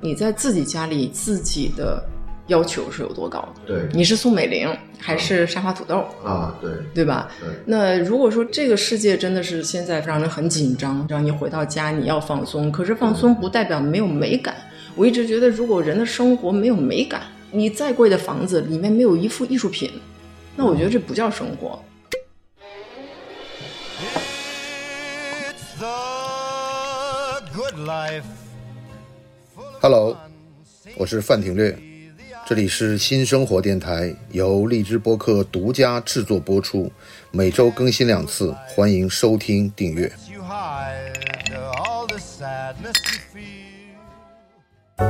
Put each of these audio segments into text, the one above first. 你在自己家里自己的要求是有多高？对你是宋美龄还是沙发土豆，啊，对对吧？对那如果说这个世界真的是现在让人很紧张，让你回到家你要放松，可是放松不代表没有美感。我一直觉得，如果人的生活没有美感，你再贵的房子里面没有一幅艺术品，那我觉得这不叫生活。 It's the good life. Hello，我是范廷略，这里是新生活电台，由荔枝播客独家制作播出，每周更新两次，欢迎收听订阅。 You hide all the sadness you feel.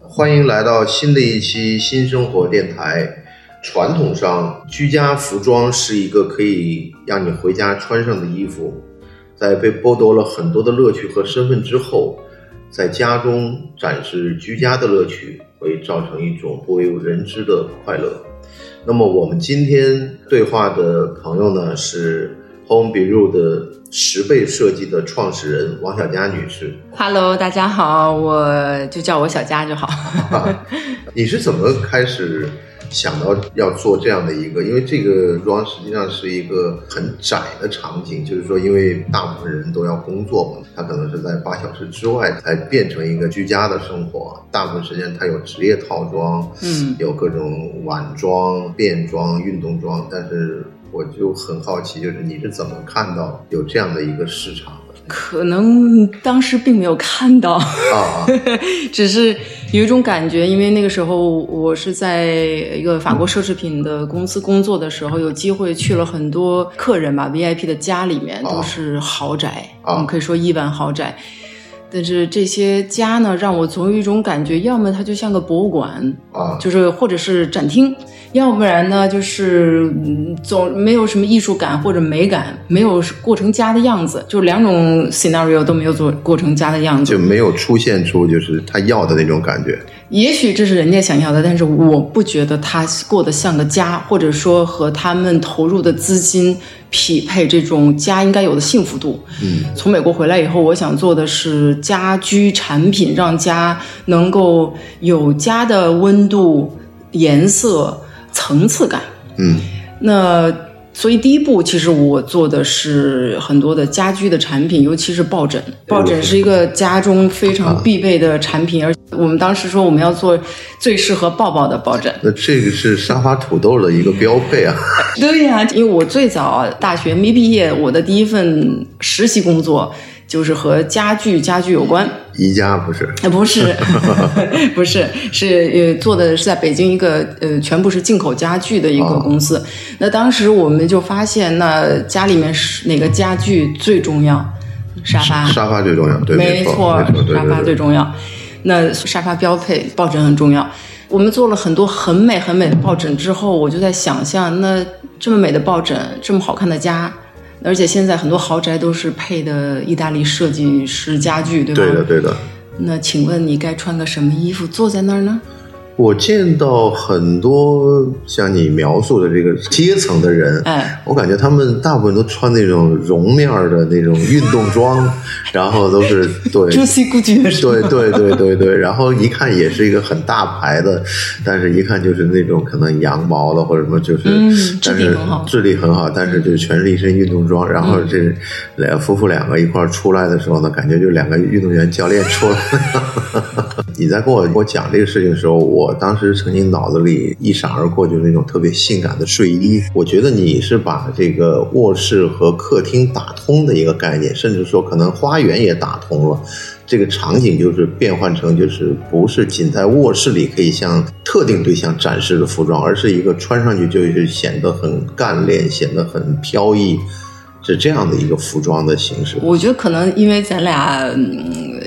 欢迎来到新的一期新生活电台。传统上，居家服装是一个可以让你回家穿上的衣服，在被剥夺了很多的乐趣和身份之后，在家中展示居家的乐趣，会造成一种不为人知的快乐。那么，我们今天对话的朋友呢是 Home b e r u 的十倍设计的创始人王小佳女士。 Hello，大家好，我就叫我小佳就好。 你是怎么开始想到要做这样的一个？因为这个装实际上是一个很窄的场景，就是说，因为大部分人都要工作嘛，他可能是在八小时之外才变成一个居家的生活。大部分时间他有职业套装，嗯有各种晚装、便装、运动装，但是我就很好奇，就是你是怎么看到有这样的一个市场的？可能当时并没有看到，啊， 只是有一种感觉，因为那个时候我是在一个法国奢侈品的公司工作的时候，有机会去了很多客人吧 VIP 的家里面，啊都是豪宅，啊我们可以说亿万豪宅。但是这些家呢，让我总有一种感觉，要么它就像个博物馆，啊，就是或者是展厅，要不然呢，就是嗯总没有什么艺术感或者美感，没有过成家的样子，就两种 scenario 都没有做过成家的样就子。没有出现出就是他要的那种感觉。也许这是人家想要的，但是我不觉得他过得像个家，或者说和他们投入的资金匹配这种家应该有的幸福度。嗯，从美国回来以后，我想做的是家居产品，让家能够有家的温度、颜色、层次感。嗯。那所以第一步，其实我做的是很多的家居的产品，尤其是抱枕。抱枕是一个家中非常必备的产品，而我们当时说我们要做最适合抱抱的抱枕。那这个是沙发土豆的一个标配啊！对呀、因为我最早大学没毕业，我的第一份实习工作就是和家具家具有关。宜家不是呃， 不是，不是，是呃做的是在北京一个呃全部是进口家具的一个哦公司。那当时我们就发现，那家里面是哪个家具最重要？沙发，沙发最重要，对，啊没没错，没错，对沙发对最重要。那沙发标配，抱枕很重要。我们做了很多很美很美的抱枕之后，我就在想象，那这么美的抱枕，这么好看的家，而且现在很多豪宅都是配的意大利设计师家具，对吧？对的对的。那请问你该穿个什么衣服坐在那儿呢？我见到很多像你描述的这个阶层的人，哎，我感觉他们大部分都穿那种绒面儿的那种运动装，然后都是对 朱熹故居 是吧对对对对对，然后一看也是一个很大牌的，但是一看就是那种可能羊毛的或者什么，就是、嗯但质地是很好嗯质地很好，但是就全是一身运动装。然后这两夫妇两个一块儿出来的时候呢，感觉就两个运动员教练出来了。 你在跟我跟我讲这个事情的时候，我当时曾经脑子里一闪而过，就是那种特别性感的睡衣。我觉得你是把这个卧室和客厅打通的一个概念，甚至说可能花园也打通了。这个场景就是变换成，就是不是仅在卧室里可以向特定对象展示的服装，而是一个穿上去就是显得很干练，显得很飘逸，是这样的一个服装的形式。我觉得可能因为咱俩，嗯，呃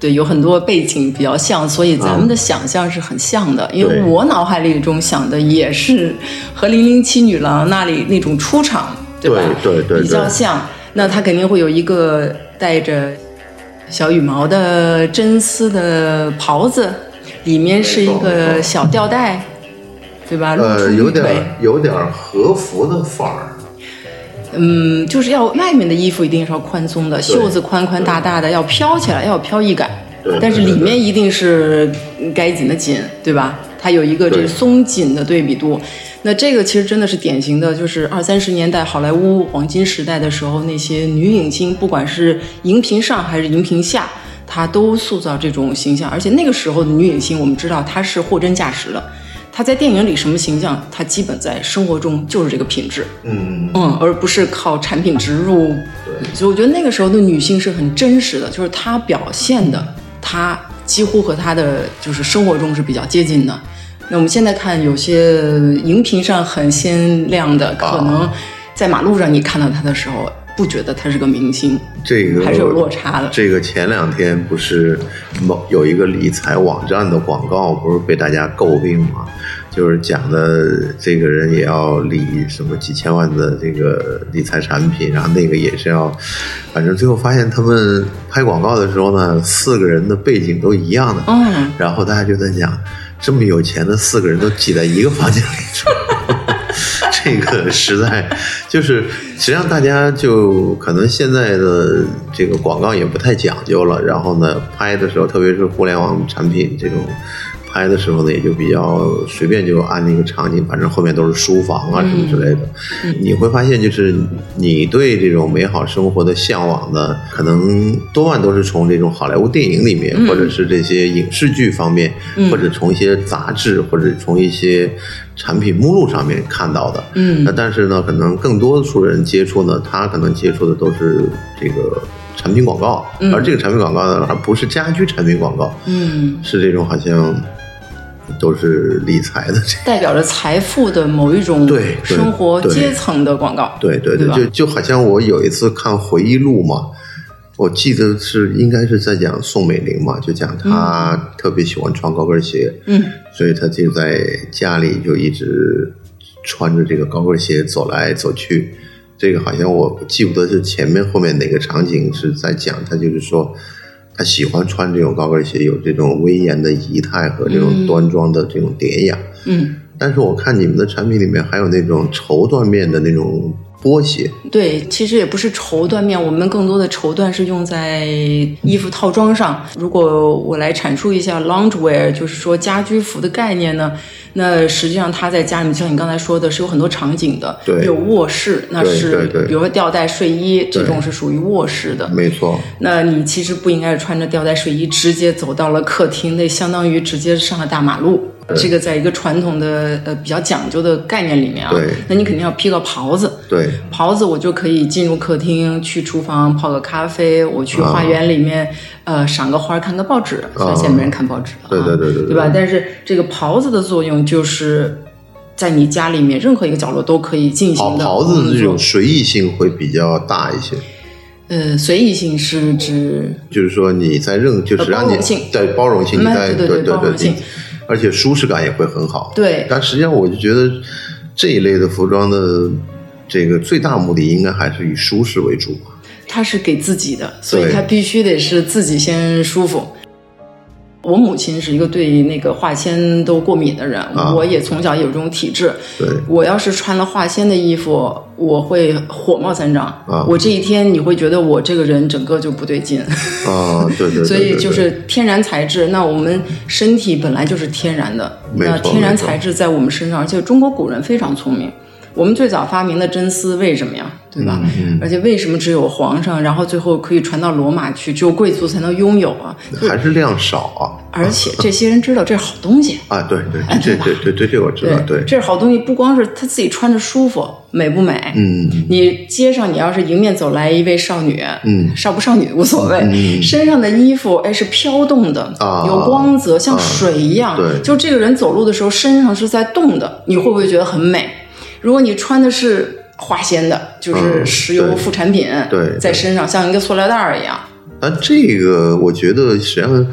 对，有很多背景比较像，所以咱们的想象是很像的。因为对我脑海里中想的也是和《零零七女郎》那里那种出场，对吧？对对对对比较像。那她肯定会有一个带着小羽毛的真丝的袍子，里面是一没个错小吊带，对吧？露呃，出有鱼腿点有点和服的范儿，嗯，就是要外面的衣服一定是要宽松的，袖子宽宽大大的，要飘起来，要有飘逸感对。但是对里对面一定是该紧的紧，对吧？它有一个这对个松紧的对比度。那这个其实真的是典型的，就是二三十年代好莱坞黄金时代的时候，那些女影星，不管是荧屏上还是荧屏下，她都塑造这种形象。而且那个时候的女影星，我们知道她是货真价实的，她在电影里什么形象，她基本在生活中就是这个品质。嗯，嗯，而不是靠产品植入。对所以我觉得那个时候的女性是很真实的，就是她表现的，她几乎和她的就是生活中是比较接近的。那我们现在看有些荧屏上很鲜亮的，啊可能在马路上你看到她的时候，不觉得她是个明星，这个还是有落差 的。这个前两天不是某有一个理财网站的广告，不是被大家诟病吗？就是讲的这个人也要理什么几千万的这个理财产品，然后那个也是要，反正最后发现他们拍广告的时候呢，四个人的背景都一样的，嗯，然后大家就在讲，这么有钱的四个人都挤在一个房间里住， 这个实在就是，实际上大家就可能现在的这个广告也不太讲究了，然后呢，拍的时候，特别是互联网产品这种。拍的时候呢，也就比较随便就按那个场景，反正后面都是书房啊什么之类的。你会发现，就是你对这种美好生活的向往呢，可能多半都是从这种好莱坞电影里面，或者是这些影视剧方面，嗯或者从一些杂志，或者从一些产品目录上面看到的。嗯那但是呢，可能更多数人接触呢，他可能接触的都是这个产品广告，嗯而这个产品广告呢，还不是家居产品广告，嗯，是这种好像都是理财的这。代表着财富的某一种对对生活对阶层的广告。对对对吧就就好像我有一次看回忆录嘛，我记得是应该是在讲宋美龄嘛，就讲她特别喜欢穿高跟鞋，嗯所以她就在家里就一直穿着这个高跟鞋走来走去。这个好像我记不得是前面后面哪个场景是在讲她，就是说她喜欢穿这种高跟鞋，有这种威严的仪态和这种嗯端庄的这种典雅。嗯，但是我看你们的产品里面还有那种绸缎面的那种波鞋，对，其实也不是绸缎面，我们更多的绸缎是用在衣服套装上。如果我来阐述一下 loungewear，就是说家居服的概念呢，那实际上它在家里面，像你刚才说的，是有很多场景的，对有卧室，那对是对对比如说吊带睡衣这对种是属于卧室的。没错，那你其实不应该穿着吊带睡衣直接走到了客厅，那相当于直接上了大马路。这个在一个传统的呃比较讲究的概念里面啊对，那你肯定要披个袍子。对，袍子，我就可以进入客厅，去厨房泡个咖啡，我去花园里面、呃赏个花，看个报纸。虽然现在没人看报纸了、啊，对对对对对对吧？但是这个袍子的作用就是在你家里面任何一个角落都可以进袍行的嗯袍子的这工种作随意性会比较大一些，呃随意性是指就是说你在任就是呃让包你容性对包容性，你嗯在对对对对包容性你而且舒适感也会很好。对但实际上我就觉得这一类的服装的这个最大目的应该还是以舒适为主吧。它是给自己的，所以对它必须得是自己先舒服。我母亲是一个对那个化纤都过敏的人，啊我也从小有这种体质。 对我要是穿了化纤的衣服，我会火冒三丈。啊我这一天你会觉得我这个人整个就不对劲，啊，对对对对所以就对是天然材质。那我们身体本来就是天然的，没错那天然没错材质在我们身上，而且中国古人非常聪明。我们最早发明的真丝为什么呀？对吧？嗯而且为什么只有皇上，然后最后可以传到罗马去，只有贵族才能拥有啊？还是量少啊而且这些人知道这是好东西，啊啊，对 对，这这这这这我 知道，对，这是好东西，不光是他自己穿着舒服，美不美？嗯，你街上你要是迎面走来一位少女，嗯少不少女无所谓，嗯身上的衣服哎是飘动的，啊有光泽，像水一样。对就这个人走路的时候身上是在动的，你会不会觉得很美？如果你穿的是化纤的，就是嗯石油对副产品，对对在身上像一个塑料袋儿一样。但啊这个我觉得实际上。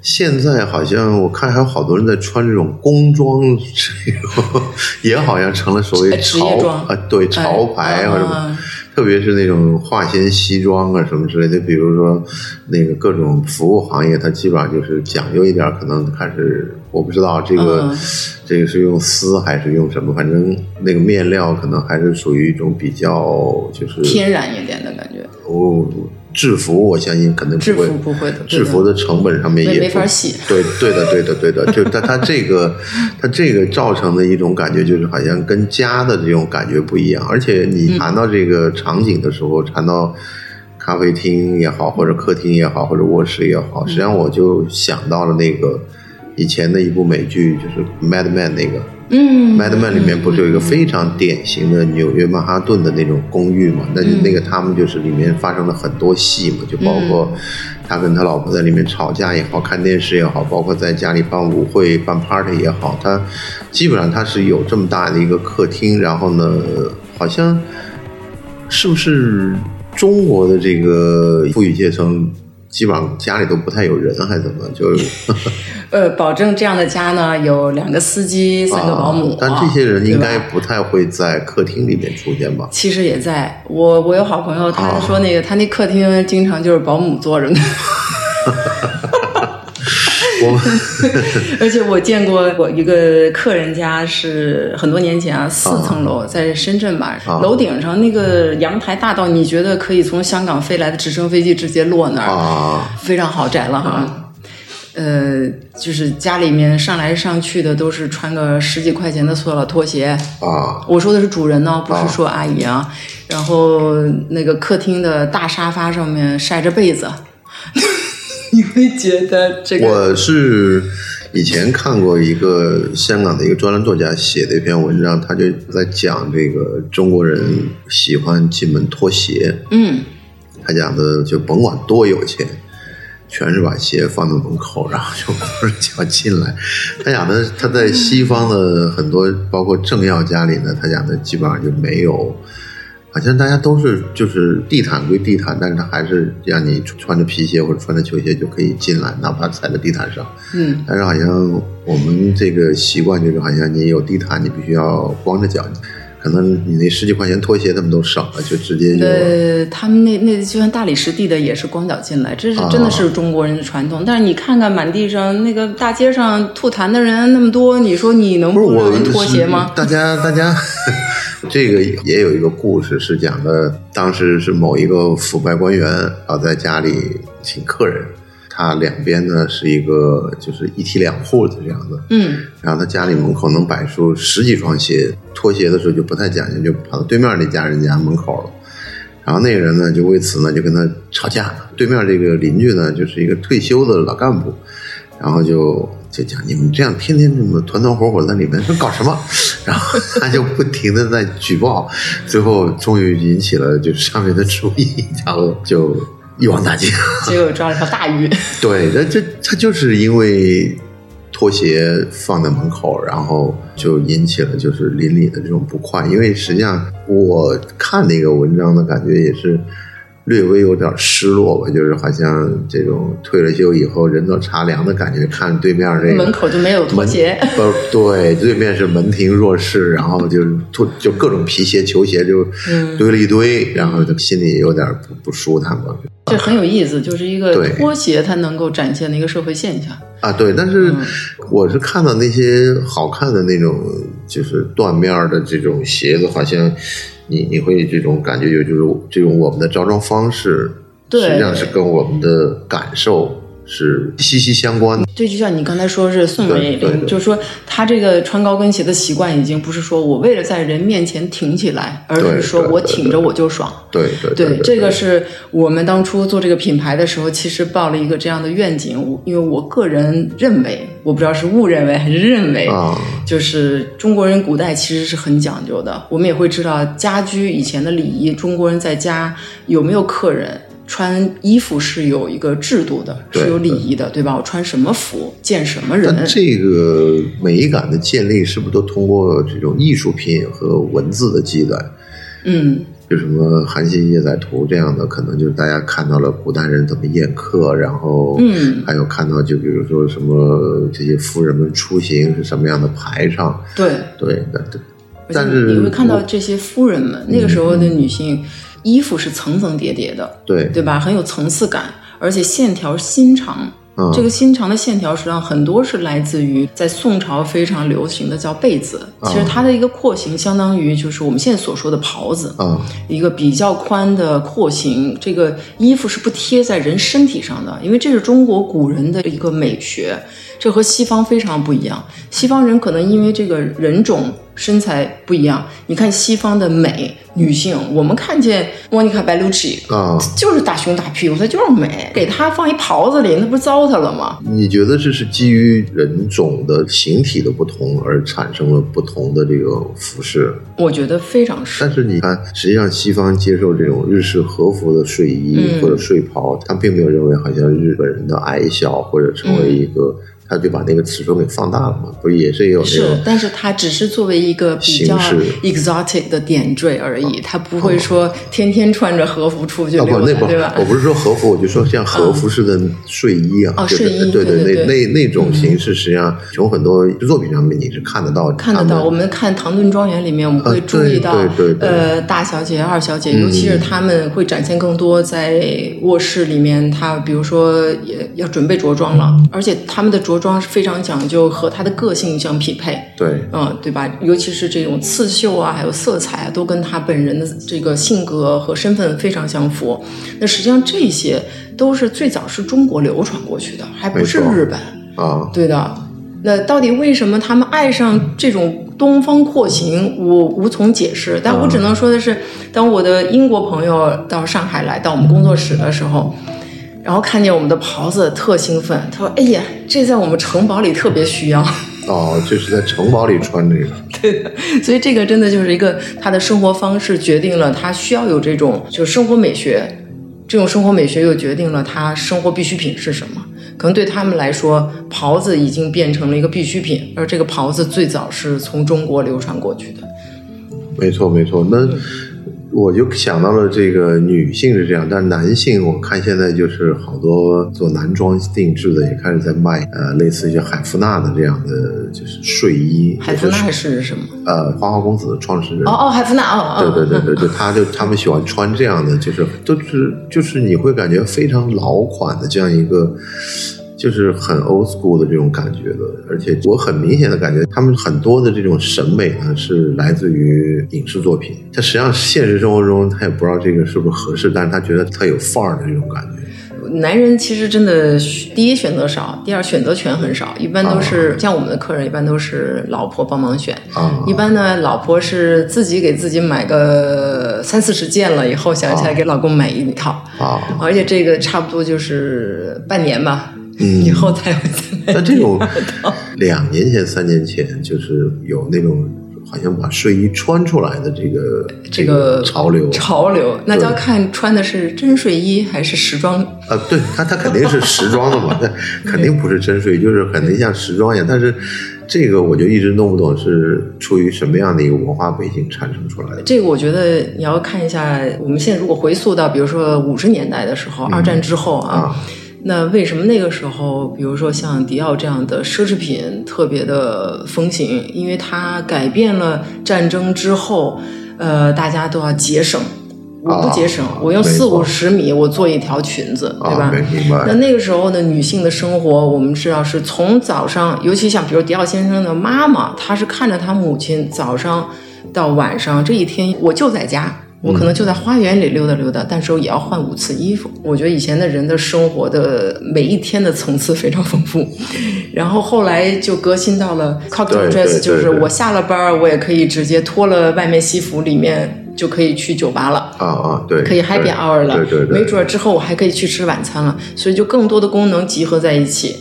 现在好像我看还有好多人在穿这种工装，这个也好像成了所谓呃职业潮装哎啊，对潮牌啊什么，啊特别是那种化纤西装啊什么之类的。比如说那个各种服务行业，它基本上就是讲究一点，可能开始我不知道这个、嗯这个是用丝还是用什么，反正那个面料可能还是属于一种比较就是天然一点的感觉，我制服，我相信肯定制不会服不会的，对制服的成本上面没也没不法洗 对对的，对的，对的，就但它这个，它这个造成的一种感觉，就是好像跟家的这种感觉不一样。而且你嗯谈到这个场景的时候，谈到咖啡厅也好，或者客厅也好，或者卧室也好，实际嗯上我就想到了那个以前的一部美剧，就是《Mad Men》那个。嗯， 《Mad Men》里面不是有一个非常典型的纽约曼哈顿的那种公寓嘛？那就嗯那个他们就是里面发生了很多戏嘛，就包括他跟他老婆在里面吵架也好，看电视也好，包括在家里办舞会、办 party 也好，他基本上他是有这么大的一个客厅，然后呢，好像是不是中国的这个富裕阶层？基本上家里都不太有人，还怎么就是呃，保证这样的家呢有两个司机，三个保姆啊，但这些人应该对吧不太会在客厅里面出现吧？其实也在，我我有好朋友，啊他说那个、他那客厅经常就是保姆坐着呢， 我而且我见过我一个客人家是很多年前啊，四层楼在深圳吧，啊楼顶上那个阳台大到你觉得可以从香港飞来的直升飞机直接落那儿，啊，非常豪宅了哈。呃，就是家里面上来上去的都是穿个十几块钱的塑料拖鞋，啊我说的是主人呢、不是说阿姨啊。然后那个客厅的大沙发上面晒着被子， 你会觉得这个我是以前看过一个香港的一个专栏作家写的一篇文章，他就在讲这个中国人喜欢进门脱鞋。嗯他讲的就甭管多有钱，全是把鞋放到门口，然后就光着脚进来。他讲的他在西方的很多包括政要家里呢，他讲的基本上就没有。好像大家都是就是地毯归地毯，但是他还是让你穿着皮鞋或者穿着球鞋就可以进来，哪怕踩在地毯上。嗯，但是好像我们这个习惯就是，好像你有地毯，你必须要光着脚，可能你那十几块钱拖鞋他们都省了，就直接就呃，他们那那就算大理石地的也是光脚进来，这是啊真的是中国人的传统。但是你看看满地上那个大街上吐痰的人那么多，你说你能不是不让我人脱鞋吗是？大家，大家，这个也有一个故事，是讲的当时是某一个腐败官员，然后在家里请客人，他两边呢是一个就是一梯两户的这样的，嗯然后他家里门口能摆出十几双鞋，脱鞋的时候就不太讲究，就跑到对面那家人家门口了。然后那个人呢，就为此呢就跟他吵架。对面这个邻居呢，就是一个退休的老干部，然后就就讲你们这样天天这么团团伙伙在里面，说搞什么？ 然后他就不停的在举报，最后终于引起了就是上面的注意，然后就一网打尽。结果抓了条大鱼。对，那这他就是因为拖鞋放在门口，然后就引起了就是邻里的这种不快。因为实际上我看那个文章的感觉也是略微有点失落吧，就是好像这种退了休以后人走茶凉的感觉，看 对面这个门口就没有拖门啊鞋，不，对，对面是门庭若市，然后就是脱就各种皮鞋、球鞋就嗯堆了一堆，然后就心里有点不不舒坦吧。这很有意思，就是一个对拖鞋它能够展现的一个社会现象。啊，对，但是我是看到那些好看的那种，就是缎面儿的这种鞋子，好像你你会这种感觉，有就是这种我们的着装方式，对实际上是跟我们的感受是息息相关的。对，就像你刚才说是宋文也对对对就是说他这个穿高跟鞋的习惯已经不是说我为了在人面前挺起来，而对是说对我对挺着我就爽。对对对对，这个是我们当初做这个品牌的时候，其实抱了一个这样的愿景。我因为我个人认为，我不知道是误认为还是认为，啊就是中国人古代其实是很讲究的。我们也会知道家居以前的礼仪，中国人在家有没有客人。穿衣服是有一个制度的，对是有礼仪的，对吧？我穿什么服，见什么人但，这个美感的建立是不是都通过这种艺术品和文字的记载？嗯，就什么《韩信夜载图》这样的，可能就是大家看到了古代人怎么宴客，然后，嗯还有看到就比如说什么这些夫人们出行是什么样的排场，对。对，但而且但是你会看到我这些夫人们，那个时候的女性衣服是层层叠叠的，对对吧？很有层次感，而且线条心长。嗯这个新长的线条实际上很多是来自于在宋朝非常流行的叫被子，嗯其实它的一个廓形相当于就是我们现在所说的袍子，啊一个比较宽的廓形，这个衣服是不贴在人身体上的，因为这是中国古人的一个美学，这和西方非常不一样。西方人可能因为这个人种、身材不一样，你看西方的美女性，我们看见莫妮卡·白露琪。啊！就是大胸大屁股，她就是美。给她放一袍子里，那不是糟蹋了吗？你觉得这是基于人种的形体的不同而产生了不同的这个服饰？我觉得非常是。但是你看，实际上西方接受这种日式和服的睡衣嗯或者睡袍，他并没有认为好像日本人的矮小或者成嗯为一个，他就把那个尺寸给放大了嘛，不是也是有那是种，但是它只是作为一个比较形式 exotic 的点缀而已，它不会说天天穿着和服出去啊溜不，那达，不对吧，？嗯我不是说和服，我就说像和服式的睡衣啊，哦就是睡衣对对那对嗯那那种形式，实际上从很多作品上面你是看得到，看得到，我。们看《唐顿庄园》里面，我们会注意到，啊对对对对呃，大小姐、二小姐，嗯尤其是她们会展现更多在卧室里面，她比如说也要准备着装了，而且她们的着装是非常讲究和她的个性相匹配。对，嗯，对吧？尤其是这种刺绣啊，还有色彩啊，都跟他本人的这个性格和身份非常相符。那实际上这些都是最早是中国流传过去的，还不是没错日本。啊，对的。那到底为什么他们爱上这种东方廓形，我无从解释。但我只能说的是，当我的英国朋友到上海来到我们工作室的时候，然后看见我们的袍子，特兴奋。他说：“哎呀，这在我们城堡里特别需要。”哦，就是在城堡里穿这个， 所以这个真的就是一个他的生活方式决定了他需要有这种就是生活美学，这种生活美学又决定了他生活必需品是什么。可能对他们来说，袍子已经变成了一个必需品，而这个袍子最早是从中国流传过去的。没错，没错。那我就想到了这个女性是这样，但男性我看现在就是好多做男装定制的也开始在卖，呃，类似于像海芙娜的这样的就是睡衣，海芙娜是什么？呃，花花公子的创始人。哦哦，海芙娜哦哦，对对对对，就他就他们喜欢穿这样的，就是都是就是你会感觉非常老款的这样一个，就是很 old school 的这种感觉的，而且我很明显的感觉，他们很多的这种审美呢是来自于影视作品，他实际上现实生活中他也不知道这个是不是合适，但是他觉得他有范儿的这种感觉。男人其实真的选第一选择少，第二选择权很少，一般哦都是、像我们的客人，一般都是老婆帮忙选。啊一般呢，老婆是自己给自己买个三四十件了以后，想起哦来给老公买一套， 啊，而且这个差不多就是半年吧，嗯以后才会再买那这种两年前、三年前，就是有那种好像把睡衣穿出来的这个这个潮流，潮流，那就要看穿的是真睡衣还是时装。啊，对他，他肯定是时装的嘛， 那肯定不是真睡，就是肯定像时装一样。但是这个我就一直弄不懂是出于什么样的一个文化背景产生出来的。这个我觉得你要看一下，我们现在如果回溯到比如说五十年代的时候，二战之后嗯啊那为什么那个时候，比如说像迪奥这样的奢侈品特别的风行？因为它改变了战争之后，呃，大家都要节省。我不节省，啊我用没四错五十米，我做一条裙子，对吧？啊，没明那白那个时候的女性的生活，我们知道是从早上，尤其像比如迪奥先生的妈妈，她是看着她母亲早上到晚上这一天，我就在家。我可能就在花园里溜达溜达，但是也要换五次衣服。我觉得以前的人的生活的每一天的层次非常丰富， 然后后来就革新到了 cocktail 对 dress，对就是对对我下了班儿，我也可以直接脱了外面西服，里面就可以去酒吧了。啊啊，对，可以 happy 对 hour 了，对对对，没准儿之后我还可以去吃晚餐了，所以就更多的功能集合在一起，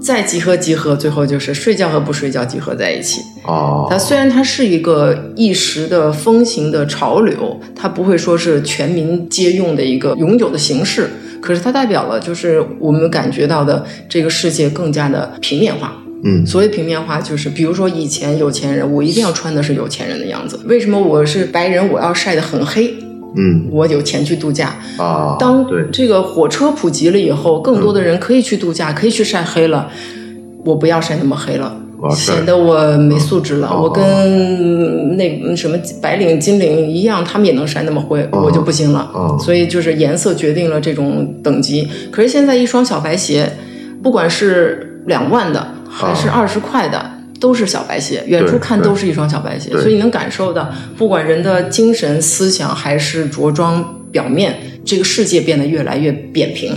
再集合集合，最后就是睡觉和不睡觉集合在一起。啊它虽然它是一个一时的风行的潮流，它不会说是全民皆用的一个永久的形式，可是它代表了就是我们感觉到的这个世界更加的平面化。嗯所谓平面化，就是比如说以前有钱人，我一定要穿的是有钱人的样子。为什么我是白人，我要晒得很黑？嗯我有钱去度假。啊，当对这个火车普及了以后，更多的人可以去度嗯假，可以去晒黑了。我不要晒那么黑了哇，晒显得我没素质了。哦我跟那嗯什么白领、金领一样，他们也能晒那么灰，哦我就不行了。哦所以就是颜色决定了这种等级。可是现在一双小白鞋。不管是两万的还是二十块的。都是小白鞋，远处看对都是一双小白鞋，对所以能感受到，不管人的精神、思想还是着装表面，这个世界变得越来越扁平。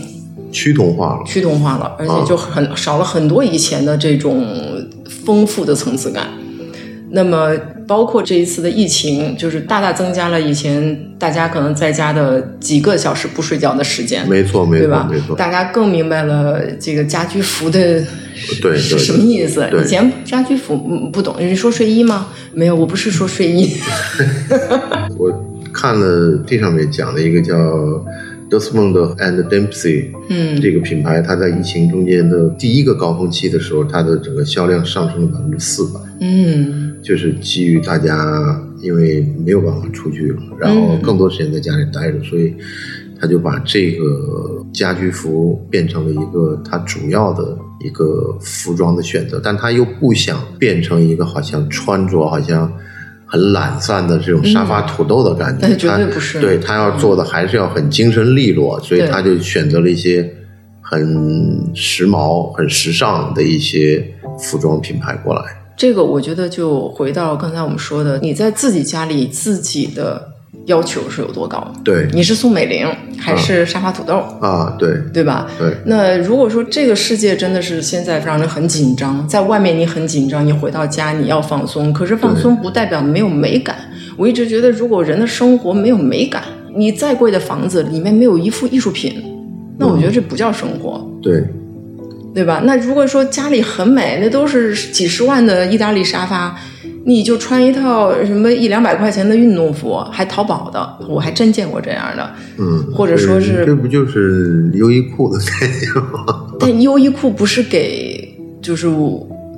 趋同化了。趋同化了，而嗯且就很少了很多以前的这种丰富的层次感。那么，包括这一次的疫情，就是大大增加了以前大家可能在家的几个小时不睡觉的时间，没错，没对错，吧没？错，大家更明白了这个家居服的对是对什么意思。对以前家居服嗯不懂，你说睡衣吗？没有，我不是说睡 衣。我看了这上面讲的一个叫 Desmond and Dempsey 嗯这个品牌，它在疫情中间的第一个高峰期的时候，它的整个销量上升了百分之四百，嗯就是基于大家因为没有办法出去了，然后嗯更多时间在家里待着，所以他就把这个家居服变成了一个它主要的一个服装的选择，但他又不想变成一个好像穿着好像。很懒散的这种沙发土豆的感觉，嗯哎绝对他不嗯是嗯对他要做的还是要很精神利落，所以对他就选择了一些很时髦、很时尚的一些服装品牌过来。这个我觉得就回到刚才我们说的，你在自己家里自己的要求是有多高？对，你是宋美龄还是沙发土豆，啊，对对吧？对，那如果说这个世界真的是现在让人很紧张，在外面你很紧张，你回到家你要放松，可是放松不代表没有美感。我一直觉得，如果人的生活没有美感，你再贵的房子里面没有一幅艺术品，那我觉得这不叫生活。对对吧？那如果说家里很美，那都是几十万的意大利沙发，你就穿一套什么一两百块钱的运动服，还淘宝的，我还真见过这样的。嗯，或者说是对这不就是优衣库的概念吗？ 但优衣库不是给就是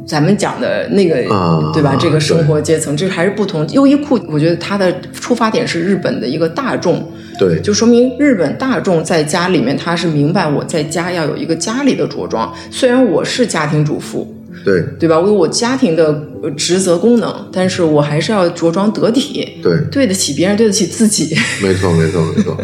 咱们讲的那个、啊对吧？这个生活阶层，这还是不同。优衣库，我觉得它的出发点是日本的一个大众，对，就说明日本大众在家里面，他是明白我在家要有一个家里的着装。虽然我是家庭主妇，对对吧？我有我家庭的呃职责功能，但是我还是要着装得体，对，对得起别人，对得起自己。 没错没错没错。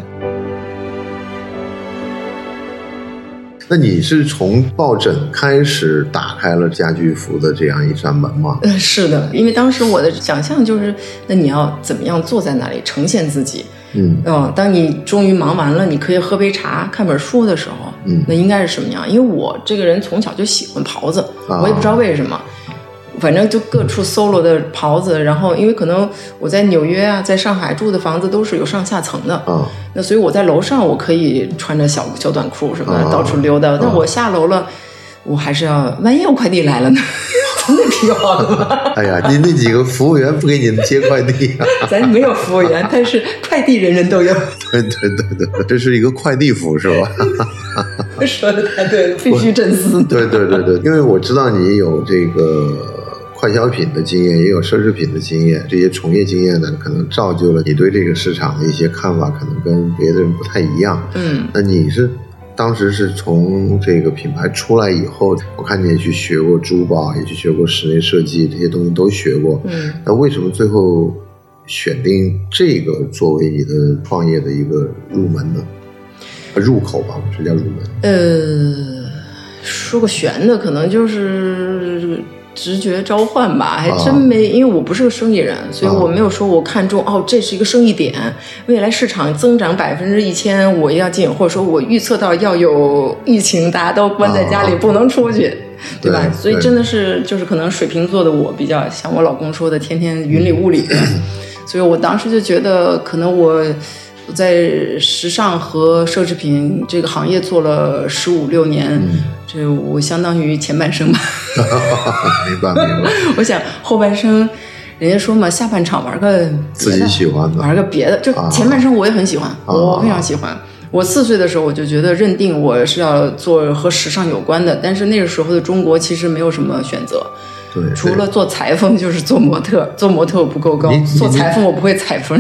那你是从抱枕开始打开了家居服的这样一扇门吗？嗯，是的，因为当时我的想象就是，那你要怎么样坐在那里呈现自己？嗯嗯，当你终于忙完了，你可以喝杯茶、看本书的时候，嗯那应该是什么样？因为我这个人从小就喜欢袍子，啊我也不知道为什么，反正就各处搜罗的袍子。然后，因为可能我在纽约啊，在上海住的房子都是有上下层的，啊那所以我在楼上我可以穿着小小短裤什么的、啊到处溜达，但我下楼了，我还是要，万一有快递来了呢？那挺好的嘛，哎呀，你那几个服务员不给你们接快递啊？咱没有服务员，但是快递人人都有。 对对对对，这是一个快递服是吧？说的太对了，必须深 思。对对对对，因为我知道你有这个快消品的经验，也有奢侈品的经验，这些从业经验呢，可能造就了你对这个市场的一些看法，可能跟别的人不太一样。嗯。那你是当时是从这个品牌出来以后，我看你也去学过珠宝，也去学过室内设计，这些东西都学过。嗯，那为什么最后选定这个作为你的创业的一个入门呢？呃入口吧，什么叫入 门？呃，说个悬的，可能就是直觉召唤吧，还真没，因为我不是个生意人，所以啊我没有说我看中哦，这是一个生意点，未来市场增长百分之一千，我要进，或者说我预测到要有疫情，大家都关在家里、啊不能出去。对吧？对所以对真的是，就是可能水瓶座的我比较像我老公说的，天天云里雾里的，嗯 所以我当时就觉得，可能我在时尚和奢侈品这个行业做了十五六年，嗯这我相当于前半生吧。 明白明白，我想后半生，人家说嘛，下半场玩个别的自己喜欢的。玩个别的，就啊前半生我也很喜欢，我非常喜欢。我四岁的时候我就觉得认定我是要做和时尚有关的，但是那个时候的中国其实没有什么选择，对，对除了做裁缝就是做模特，做模特我不够高你， 做裁缝我不会裁缝。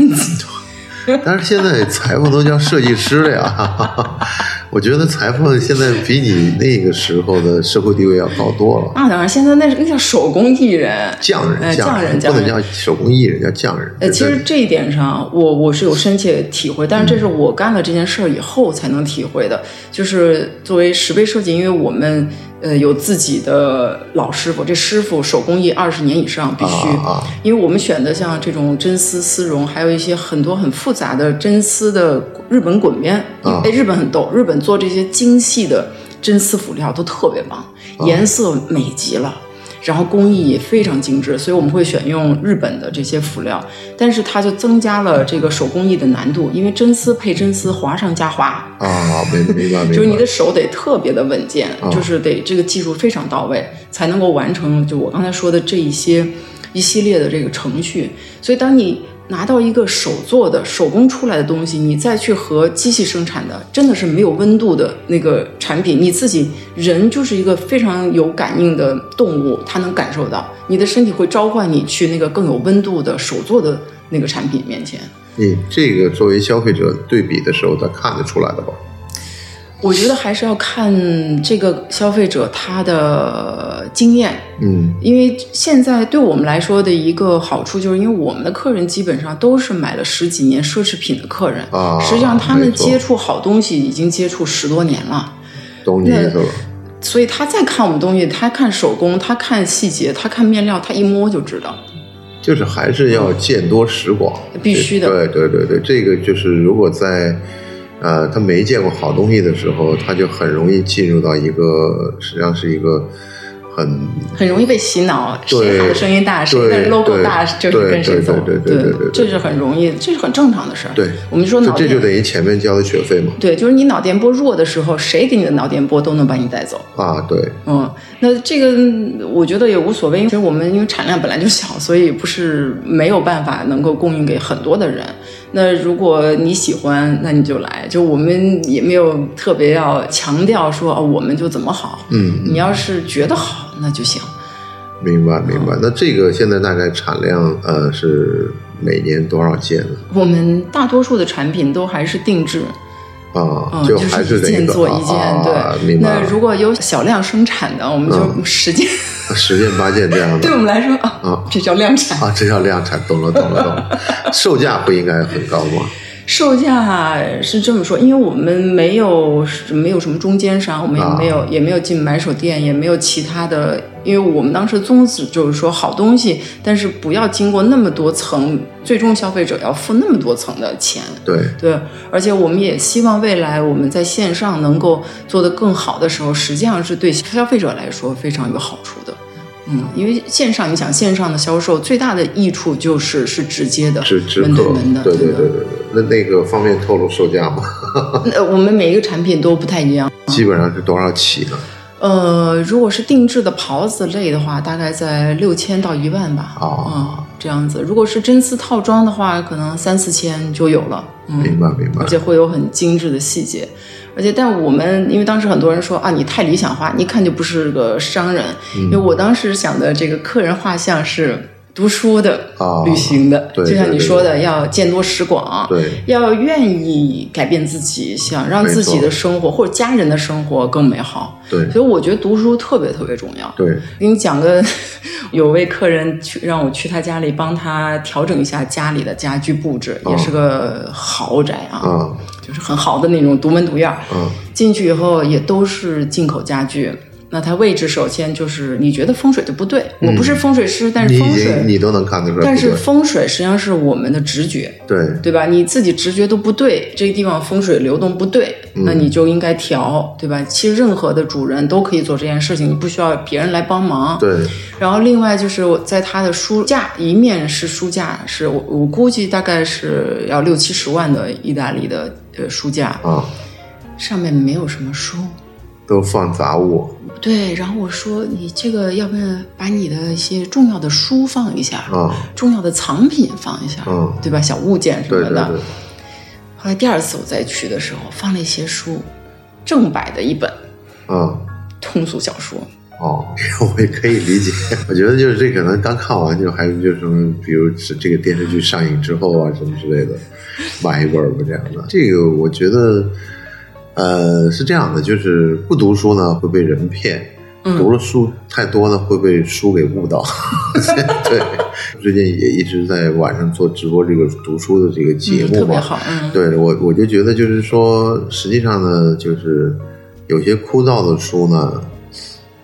但是现在裁缝都叫设计师了呀， 我觉得裁缝现在比你那个时候的社会地位要高多了。那啊当然，现在那那叫手工艺人，匠人，哎匠人，不匠能人。叫手工艺人，叫匠人。呃，其这实是这一点上，我我是有深切体会，但是这是嗯我干了这件事儿以后才能体会的。就是作为十倍设计，因为我们呃有自己的老师傅，这师傅手工艺二十年以上必须，啊啊因为我们选的像这种真丝丝绒，还有一些很多很复杂的真丝的日本滚边，因啊为哎，日本很逗，日本做这些精细的真丝辅料都特别棒，颜色美极了。然后工艺也非常精致，所以我们会选用日本的这些辅料，但是它就增加了这个手工艺的难度，因为真丝配真丝，划上加划，啊，明明白明白， 就是你的手得特别的稳健，啊就是得这个技术非常到位，才能够完成就我刚才说的这一些一系列的这个程序。所以，当你拿到一个手做的手工出来的东西，你再去和机器生产的，真的是没有温度的那个产品，你自己人就是一个非常有感应的动物，它能感受到你的身体会召唤你去那个更有温度的手做的那个产品面前。你这个作为消费者对比的时候，他看得出来的吧？我觉得还是要看这个消费者他的经验，嗯因为现在对我们来说的一个好处，就是因为我们的客人基本上都是买了十几年奢侈品的客人，啊，实际上他们没错接触好东西已经接触十多年了，懂你意思了，所以他再看我们东西，他看手工，他看细节，他看面料，他一摸就知道。就是还是要见多识广，必须的对对对对，这个就是如果在呃他没见过好东西的时候，他就很容易进入到一个实际上是一个很很容易被洗脑，对谁喊的声音大，谁对的 logo 对大，就是跟谁走，对对对对对对对这是很容易，这是很正常的事儿。对我们说这脑这电就等于前面交的学费嘛。对，就是你脑电波弱的时候，谁给你的脑电波都能把你带走。啊，对，嗯，那这个嗯我觉得也无所谓，因为其实我们因为产量本来就小，所以不是没有办法能够供应给很多的人。那如果你喜欢，那你就来，就我们也没有特别要强调说哦，我们就怎么好。嗯，你要是觉得好，那就行。明白明啊白。那这个现在大概产量呃是每年多少件呢？我们大多数的产品都还是定制，啊，嗯，就就还是一这件个做啊一件，啊对。明白那了。嗯如果有小量生产的，我们就十件。十件八件这样 对我的们来说啊，啊这叫量产。啊，这叫量产，懂了懂了懂了。售价不应该很高吗？售价是这么说，因为我们没有没有什么中间商，我们也啊没有、也没有进买手店，也没有其他的，因为我们当时宗旨就是说好东西，但是不要经过那么多层，最终消费者要付那么多层的钱。对，对，而且我们也希望未来我们在线上能够做得更好的时候，实际上是对消费者来说非常有好处的。嗯，因为线上，你想线上的销售最大的益处就是是直接的，是直门对客门的，，对对对的对对。那那个方便透露售价吗？呃，我们每一个产品都不太一样。基本上是多少起呢？呃，如果是定制的袍子类的话，大概在六千到一万吧。哦嗯，这样子。如果是真丝套装的话，可能三四千就有了。嗯，明白明白而。且会有很精致的细节。而且，但我们因为当时很多人说啊，你太理想化，你一看就不是个商人。嗯因为我当时想的这个客人画像是读书的、啊旅行的，对就像对你对说的，要见多识广。对，要愿意改变自己，想让自己的生活或者家人的生活更美好。对所以我觉得读书特别特别重要。对，给你讲个， 有位客人去让我去他家里帮他调整一下家里的家居布置，哦也是个豪宅啊，啊就是很好的那种独门独院儿。啊进去以后也都是进口家具。那它位置首先就是你觉得风水就不对，我不是风水师，但是你风已水经，嗯你都能看得出来，但是对风水实际上是我们的直觉，对对吧？你自己直觉都不对，这个地方风水流动不对，嗯那你就应该调，对吧？其实任何的主人都可以做这件事情，你不需要别人来帮忙。。对然后另外就是我在他的书架一面是书架，是我我估计大概是要六七十万的意大利的呃书架，啊，上面没有什么书。都放杂物对，然后我说你这个要不要把你的一些重要的书放一下，啊，重要的藏品放一下，嗯对吧？小物件什对么对的。对，后来第二次我再去的时候，放了一些书，正版的一本啊通俗小说，哦， 我也可以理解。我觉得就是这可能刚看完就还就是什么，比如是这个电视剧上映之后啊什么之类的，买一本儿吧这样的。这个我觉得，呃，是这样的，就是不读书呢会被人骗，嗯读了书太多呢会被书给误导。 对，最近也一直在晚上做直播这个读书的这个节特目嘛，别好，嗯，对我，我就觉得就是说，实际上呢，就是有些枯燥的书呢，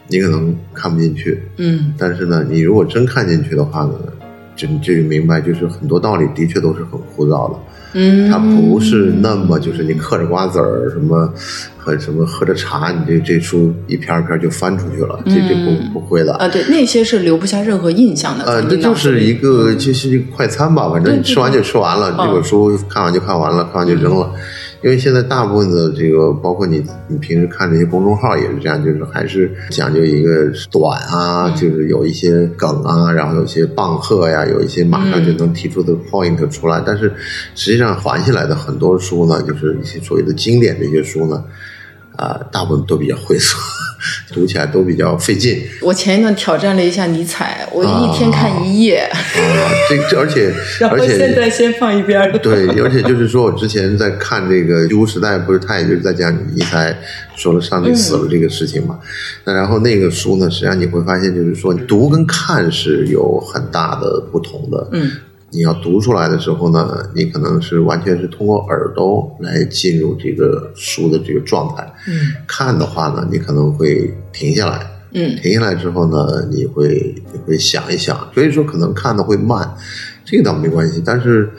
你可能看不进去，嗯但是呢，你如果真看进去的话呢，就你就明白，就是很多道理的确都是很枯燥的，嗯，它不是那么就是你嗑着瓜子儿什么和什么喝着茶，你这这书一篇儿一篇儿就翻出去了，这这嗯不不会的。啊，对，那些是留不下任何印象的，呃，在这你脑就子是里一个就是一个快餐吧，反正对哦你对吃完就吃完了，对这本书看完就看完了，看完就扔嗯了。因为现在大部分的这个，包括你你平时看这些公众号也是这样，就是还是讲究一个短啊，嗯就是有一些梗啊，然后有一些棒喝呀，有一些马上就嗯能提出的 point 出来。但是实际上还下来的很多书呢，就是一些所谓的经典这些书呢，啊、大部分都比较晦涩， 读起来都比较费劲。我前一段挑战了一下尼采，我啊一天看一页，啊，这这而且然后而且现在先放一边儿。对，而且就是说我之前在看这个《虚无时代》，不是他也就是在讲尼采说了上帝死了这个事情嘛。那然后那个书呢，实际上你会发现，就是说读跟看是有很大的不同的。嗯，你要读出来的时候呢，你可能是完全是通过耳朵来进入这个书的这个状态。嗯看的话呢，你可能会停下来，嗯停下来之后呢，你会你会想一想，所以说可能看的会慢，这个倒没关系。但是，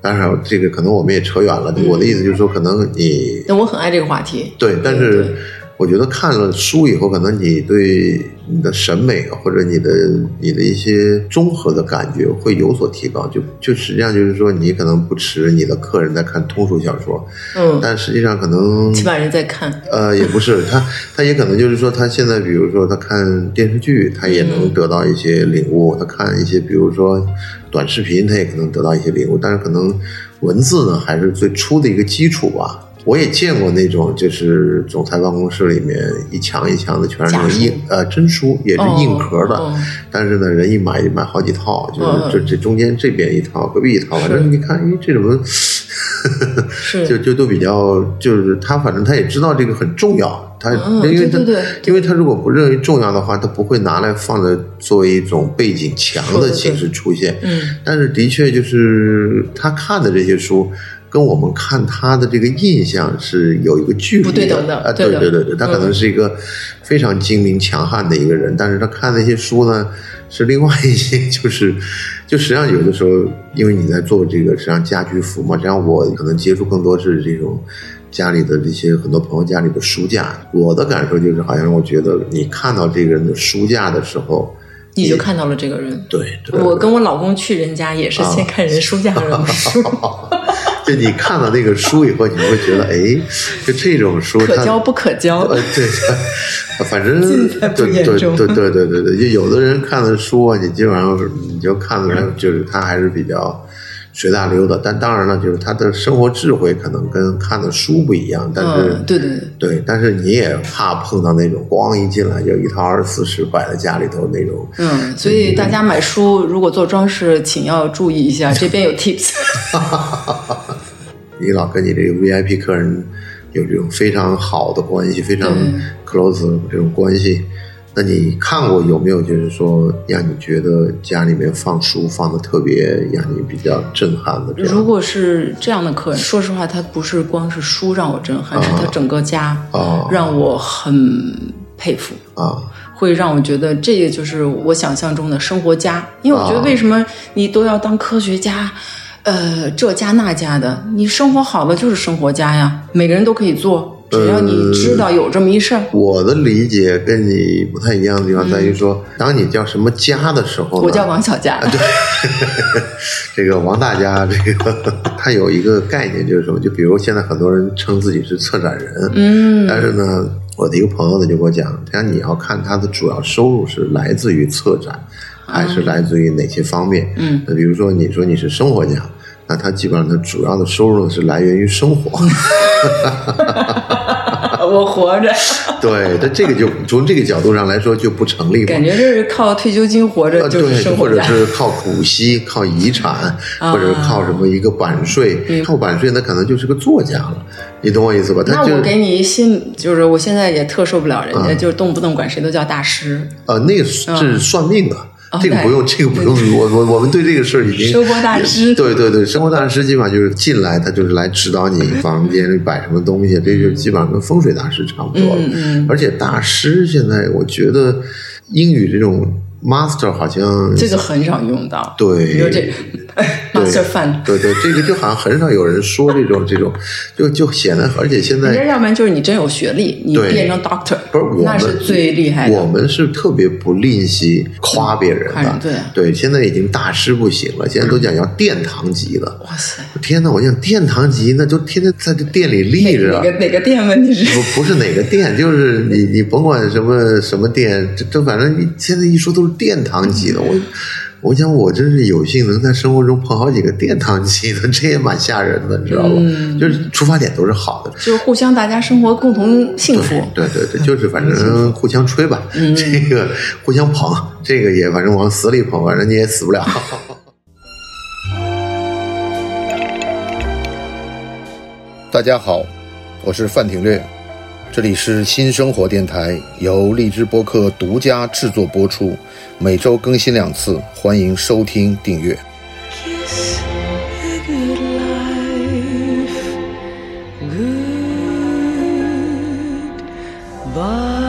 当然这个可能我们也扯远了。嗯我的意思就是说，可能你但我很爱这个话题。对，但对是对我觉得看了书以后，可能你对你的审美或者你的你的一些综合的感觉会有所提高。就就实际上就是说，你可能不持你的客人在看通俗小说，嗯，但实际上可能起码人在看。呃，也不是，他他也可能就是说，他现在比如说他看电视剧，他也嗯能得到一些领悟；他看一些比如说短视频，他也可能得到一些领悟。但是可能文字呢，还是最初的一个基础吧。我也见过那种，就是总裁办公室里面一墙一墙的全是假那种书硬呃真书，也是硬壳的，哦哦但是呢，人一买就买好几套，就是嗯这这中间这边一套，隔壁一套，反正你看，哎，这怎么？ 是就就都比较，就是他反正他也知道这个很重要，他、嗯因为他对对对因为他如果不认为重要的话，他不会拿来放在作为一种背景墙说得的对形式出现。嗯但是的确就是他看的这些书。跟我们看他的这个印象是有一个距离不对等的啊，对对的对对对，他可能是一个非常精明强悍的一个人，但是他看那些书呢，是另外一些，就是 就实际上有的时候，因为你在做这个实际上家居服嘛，实际上我可能接触更多是这种家里的这些很多朋友家里的书架，我的感受就是好像我觉得你看到这个人的书架的时候，你就看到了这个人。对，对啊我跟我老公去人家也是先看人书架上 的书，就你看到那个书以后，你会觉得，哎，就这种书，可它交不可嗯交。呃，对，反正尽对在不对言对中对对对对，就有的人看的书啊，你基本上你就看出来，就是他还是比较随大溜的。但当然了，就是他的生活智慧可能跟看的书不一样，但是、嗯，对对对，对，但是你也怕碰到那种咣一进来就一套二十四史摆在家里头那种。嗯，所以大家买书如果做装饰，请要注意一下，这边有 tips。你老跟你这个 VIP 客人有这种非常好的关系，非常 close 的这种关系，那你看过有没有就是说让你觉得家里面放书放的特别让你比较震撼的这如样？果是这样的客人，说实话，他不是光是书让我震撼，是他整个家啊让我很佩服。啊，会让我觉得这个就是我想象中的生活家。因为我觉得啊为什么你都要当科学家，呃，这家那家的，你生活好了就是生活家呀，每个人都可以做，呃只要你知道有这么一事儿。嗯我的理解跟你不太一样的地方在于说，当你叫什么家的时候呢，我叫王小啊佳，这个王大家， 这个他有一个概念就是什么？就比如现在很多人称自己是策展人，嗯，但是呢，我的一个朋友呢就给我讲，他你要看他的主要收入是来自于策展，还是来自于哪些方面？啊嗯，那比如说你说你是生活家，那他基本上他主要的收入是来源于生活。 我活 着， 对，但这个就从这个角度上来说就不成立嘛感。觉就是靠退休金活着，呃，就对是，生或活者家。是靠股息、靠遗产，啊或者靠什么一个版税，嗯靠版税那可能就是个作家了，你懂我意思吧？他那就我给你新，就是我现在也特受不了人家，嗯就是动不动管谁都叫大师，呃，那个是算命的。嗯哦这个不用，这个不用，我我我们对这个事儿已经生活大师对对对，生活大师基本上就是进来，他就是来指导 你房间里摆什么东西，这就基本上跟风水大师差不多了。嗯嗯而且大师现在我觉得英语这种 master 好像这个很少用到。对比如这 master fund，对对，这个就好像很少有人说这种这种，就就显得，而且现人家在要不然就是你真有学历，你对变成 doctor，不是我们那是最厉害我的。们是特别不吝惜夸别人夸的人，对啊现在已经大师不行了，现在都讲要殿堂级的。哇塞，天哪，我想殿堂级那就天天在这店里立哪着。个哪个店问题是？不不是哪个店，就是你你甭管什么什么店，这这反正你现在一说都是殿堂级的。我我想我真是有幸能在生活中碰好几个殿堂级的，这也蛮吓人的，你知道吧？就是出发点都是好的。就是互相大家生活共同幸福。对对对，就是反正互相吹吧，这个互相捧，这个也反正往死里捧，反正你也死不了。大家好，我是范廷略，这里是新生活电台，由荔枝播客独家制作播出，每周更新两次，欢迎收听订阅。 kiss a good life. Goodbye.